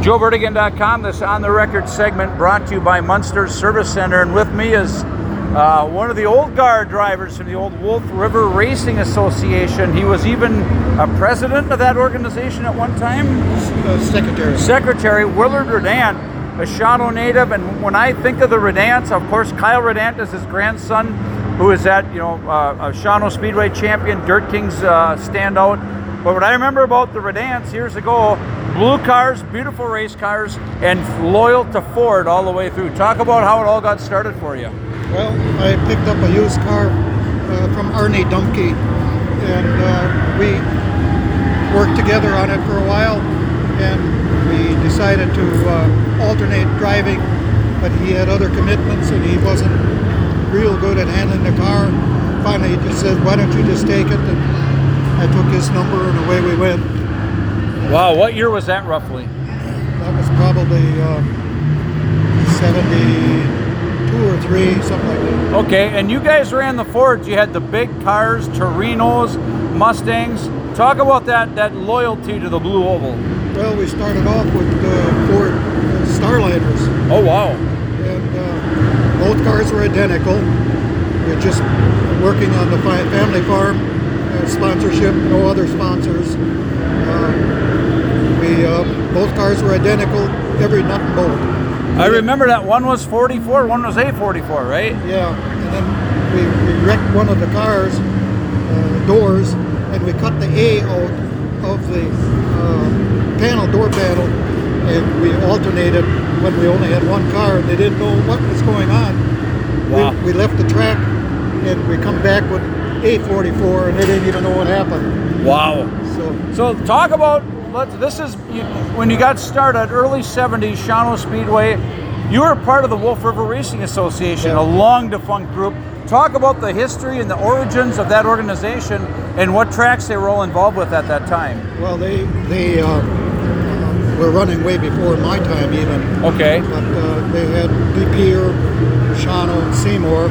JoeVertigan.com, this on the record segment brought to you by Munster Service Center. And with me is uh, one of the old guard drivers from the old Wolf River Racing Association. He was even a president of that organization at one time. Uh, secretary. Secretary Willard Redant, a Shawnee native. And when I think of the Redants, of course, Kyle Redant is his grandson, who is that, you know, uh, a Shawnee Speedway champion, Dirt Kings uh, standout. But what I remember about the Redants years ago, blue cars, beautiful race cars, and loyal to Ford all the way through. Talk about how it all got started for you. Well, I picked up a used car uh, from Arne Dumke, and uh, we worked together on it for a while, and we decided to uh, alternate driving, but he had other commitments, and he wasn't real good at handling the car. Finally, he just said, why don't you just take it, and I took his number, and away we went. Wow, what year was that roughly? That was probably uh, 72 or 3, something like that. Okay, and you guys ran the Fords. You had the big cars, Torinos, Mustangs. Talk about that that loyalty to the Blue Oval. Well, we started off with uh, Ford uh, Starliners, Oh wow. and uh, both cars were identical. We're just working on the fi- family farm uh, sponsorship, no other sponsors. Uh, we uh, both cars were identical, every nut and bolt. I remember that one was 44, one was A44, right? Yeah, and then we, we wrecked one of the cars uh, doors, and we cut the A out of the uh, panel door panel, and we alternated when we only had one car, and they didn't know what was going on. We- Wow. We, left the track, and we come back with A44, and they didn't even know what happened. Wow. So So talk about let this is you, when you got started early 70s Shawano Speedway. You were part of the Wolf River Racing Association, Yeah. a long defunct group. Talk about the history and the origins of that organization and what tracks they were all involved with at that time. well, they they uh, uh, were running way before my time even. Okay. But uh, they had DePere, Shano, and Seymour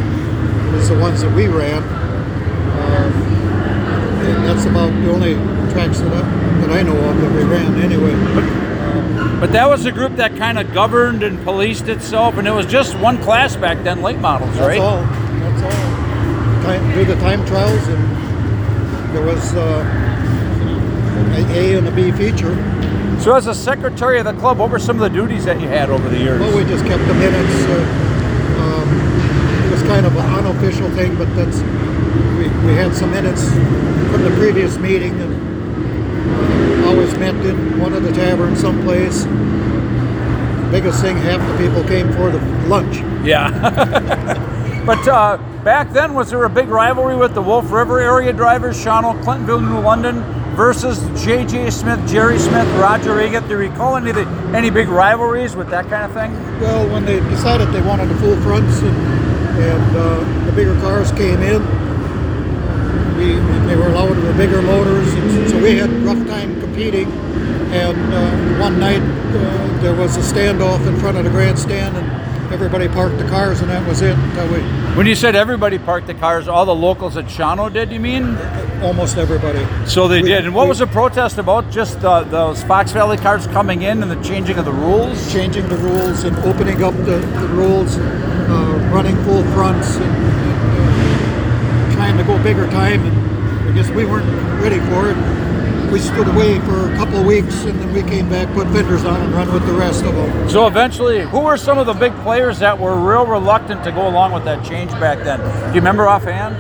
was the ones that we ran. Uh, and that's about the only tracks that I, that I know of that we ran anyway. But that was a group that kind of governed and policed itself, and it was just one class back then, late models, That's right? all. That's all. Time, do the time trials, and there was uh, an A and a B feature. So, as a secretary of the club, what were some of the duties that you had over the years? Well, we just kept the minutes. Uh, um, it was kind of an unofficial thing, but that's we, we had some minutes from the previous meeting and uh, always met in one of the taverns someplace. Biggest thing, half the people came for the lunch. yeah. but uh, back then, was there a big rivalry with the Wolf River area drivers, Shawnel, Clintonville, New London, versus J.J. Smith, Jerry Smith, Roger Egan? Do you recall any, of the, any big rivalries with that kind of thing? Well, when they decided they wanted the full fronts and, and uh, the bigger cars came in, we, and they were allowed the bigger motors, and so we had a rough time competing. And uh, one night uh, there was a standoff in front of the grandstand, and everybody parked the cars, and that was it until we When you said everybody parked the cars, all the locals at Shawano did, you mean? almost everybody. So they We- did. And what we- was the protest about? Just uh, those Fox Valley cars coming in and the changing of the rules? changing the rules and opening up the, the rules, uh, running full fronts, and, and uh, trying to go bigger time. And I guess we weren't ready for it. We stood away for a couple of weeks, and then we came back, put fenders on, and run with the rest of them. So eventually, who were some of the big players that were real reluctant to go along with that change back then? Do you remember offhand?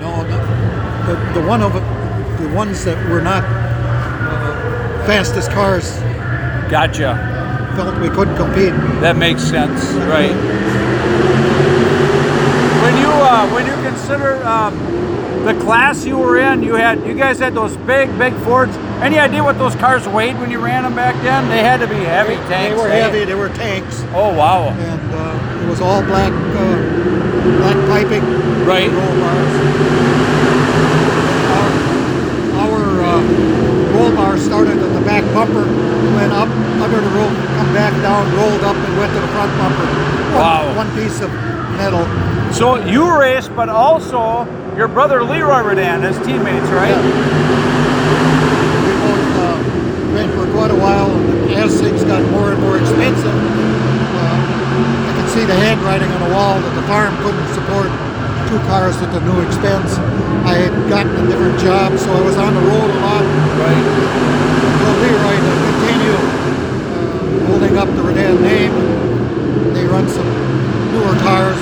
No, no the, the one of the ones that were not uh, fastest cars Gotcha. felt we couldn't compete. That makes sense, right? When you uh, when you consider um, the class you were in, you had you guys had those big big Fords. Any idea what those cars weighed when you ran them back then? They had to be heavy They tanks. were eh? heavy. They were tanks. Oh wow! and uh, it was all black uh, black piping. Right. Roll bars. Our, our uh, roll bar started at the back bumper, went up under the roll, come back down, rolled up, and went to the front bumper. One- Wow. One piece of metal. So you raced, but also your brother Leroy Redan, his teammates, right? We both uh, ran for quite a while, and as things got more expensive. Uh, I could see the handwriting on the wall that the farm couldn't support two cars at the new expense. I had gotten a different job, so I was on the road a lot. Right. Well, Leroy to continue uh, holding up the Redan name. They run some newer cars.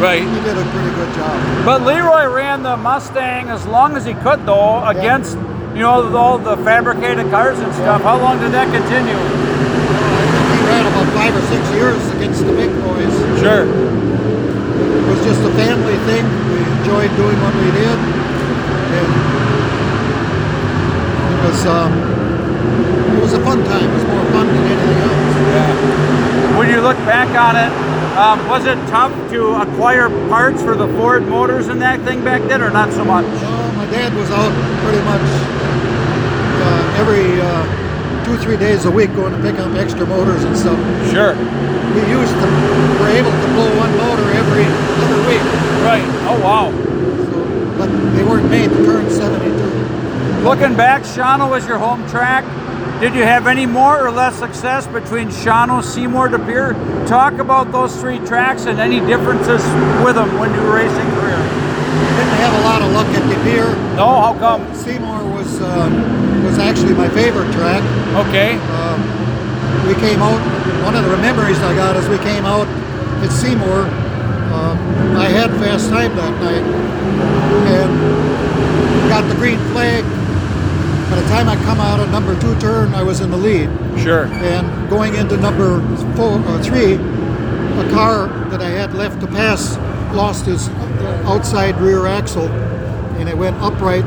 Right. He did a pretty good job. But Leroy ran the Mustang as long as he could, though, against you know all the fabricated cars and stuff. How long did that continue? He ran about five or six years against the big boys. Sure. It was just a family thing. We enjoyed doing what we did, and it was um, it was a fun time. It was more fun than anything else. When you look back on it, um, was it tough to acquire parts for the Ford motors and that thing back then, or not so much? Uh, my dad was out pretty much uh, every uh, two three days a week going to pick up extra motors and stuff. Sure. We used to were able to pull one motor every other week, Right. Oh wow. so, but they weren't made to turn 72. Looking back, Shawano was your home track. Did you have any more or less success between Shawano, Seymour, De Beer? Talk about those three tracks and any differences with them when you were racing career. Didn't have a lot of luck at the beer. No, how come? Seymour was uh, was actually my favorite track. Okay. Um, we came out. One of the memories I got is we came out at Seymour. Um, I had fast time that night and got the green flag. By the time I come out of number two turn, I was in the lead. Sure. And going into number four or three, a car that I had left to pass lost his outside rear axle, and it went upright.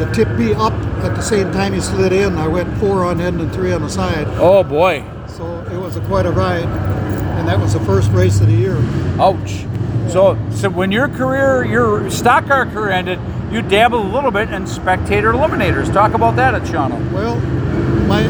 It tipped me up at the same time he slid in. I went four on end and three on the side, Oh boy. so it was a quite a ride. And that was the first race of the year. Ouch. So, so when your career, your stock car career ended, you dabbled a little bit in spectator eliminators. Talk about that at Shawano. Well, my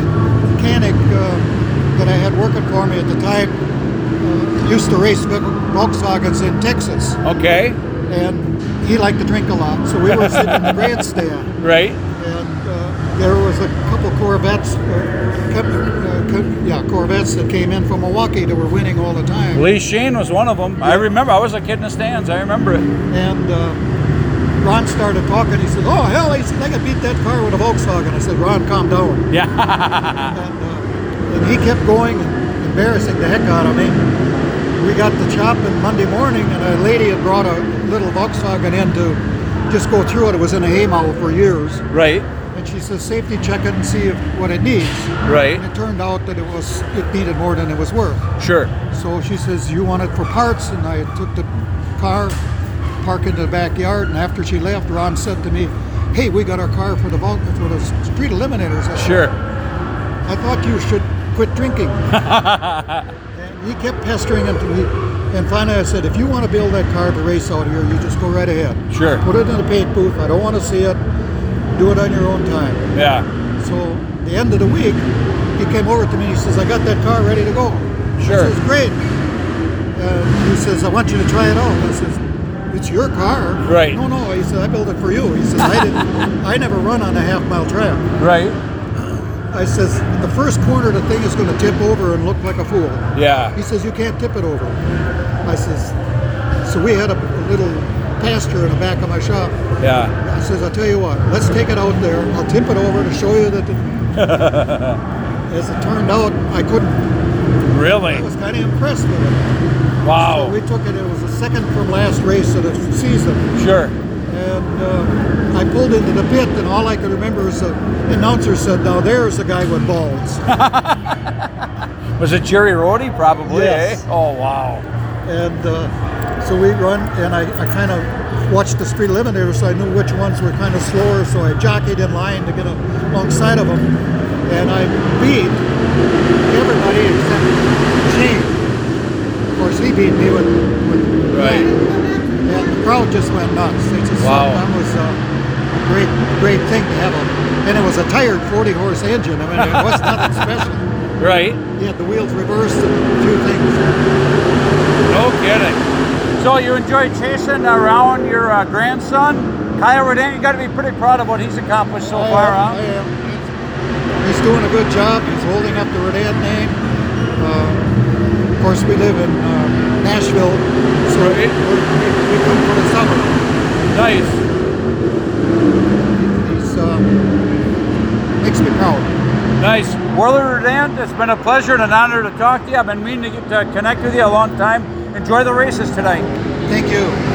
mechanic uh, that I had working for me at the time uh, used to race Volkswagens in Texas. Okay. and he liked to drink a lot, so we were sitting in the grandstand, Right. and uh, there was a couple Corvettes, uh, com- uh, com- yeah, Corvettes that came in from Milwaukee that were winning all the time, Lee Sheen was one of them. I remember. I was a kid in the stands. I remember it. and uh, Ron started talking. He said, "Oh hell!" He said, "I could beat that car with a Volkswagen." I said, "Ron, calm down." Yeah. and, uh, and he kept going and embarrassing the heck out of me. We got the chop and Monday morning, and a lady had brought a little Volkswagen in to just go through it. It was in a haymow for years, Right. and she says, "Safety check it and see if, what it needs." Right. And it turned out that it was it needed more than it was worth. Sure. So she says, "You want it for parts?" And I took the car, parked in the backyard, and after she left, Ron said to me, "Hey, we got our car for the Vol- for the street eliminators." I said, Sure. I thought you should quit drinking. and he kept pestering him to me. And finally I said, if you want to build that car to race out here, you just go right ahead. Sure. Put it in a paint booth. I don't want to see it. Do it on your own time. Yeah. So the end of the week, he came over to me and he says, I got that car ready to go. Sure. I says, great. Uh, he says, I want you to try it out. I says, it's your car. Right. No, no. He said, I built it for you. He says, I didn't. I never run on a half mile track. Right. I says, the first corner the thing is going to tip over and look like a fool. Yeah. He says, you can't tip it over. I says, so we had a little pasture in the back of my shop. Yeah. I says, I'll tell you what, let's take it out there. I'll tip it over to show you that. The... As it turned out, I couldn't. I Really? was kind of impressed with it. So Wow. we took it. It was the second from last race of the season. Sure. And uh, I pulled into the pit, and all I could remember is the announcer said, now there's the guy with balls. Was it Jerry Rody? Probably. Yes. eh? Oh wow. And uh, so we run, and I, I kind of watched the street eliminator, so I knew which ones were kind of slower. So I jockeyed in line to get alongside of them, and I beat everybody except Shane. Of course, he beat me with, with and the crowd just went nuts. They just Wow. thought that was uh, a great, great thing to have. A, and it was a tired 40 horse engine. I mean, it was nothing special. Right. He had the wheels reversed and a few things. No kidding. So you enjoy chasing around your uh, grandson, Kyle Redant. You got to be pretty proud of what he's accomplished so I far, am, huh? I am. He's doing a good job. He's holding up the Redan name. Uh, of course, we live in uh, Nashville, so Right. we, we come from the suburbs. Nice, He's, uh, makes me proud. nice. Werler Redant, it's been a pleasure and an honor to talk to you. I've been meaning to, get to connect with you a long time. Enjoy the races tonight. Thank you.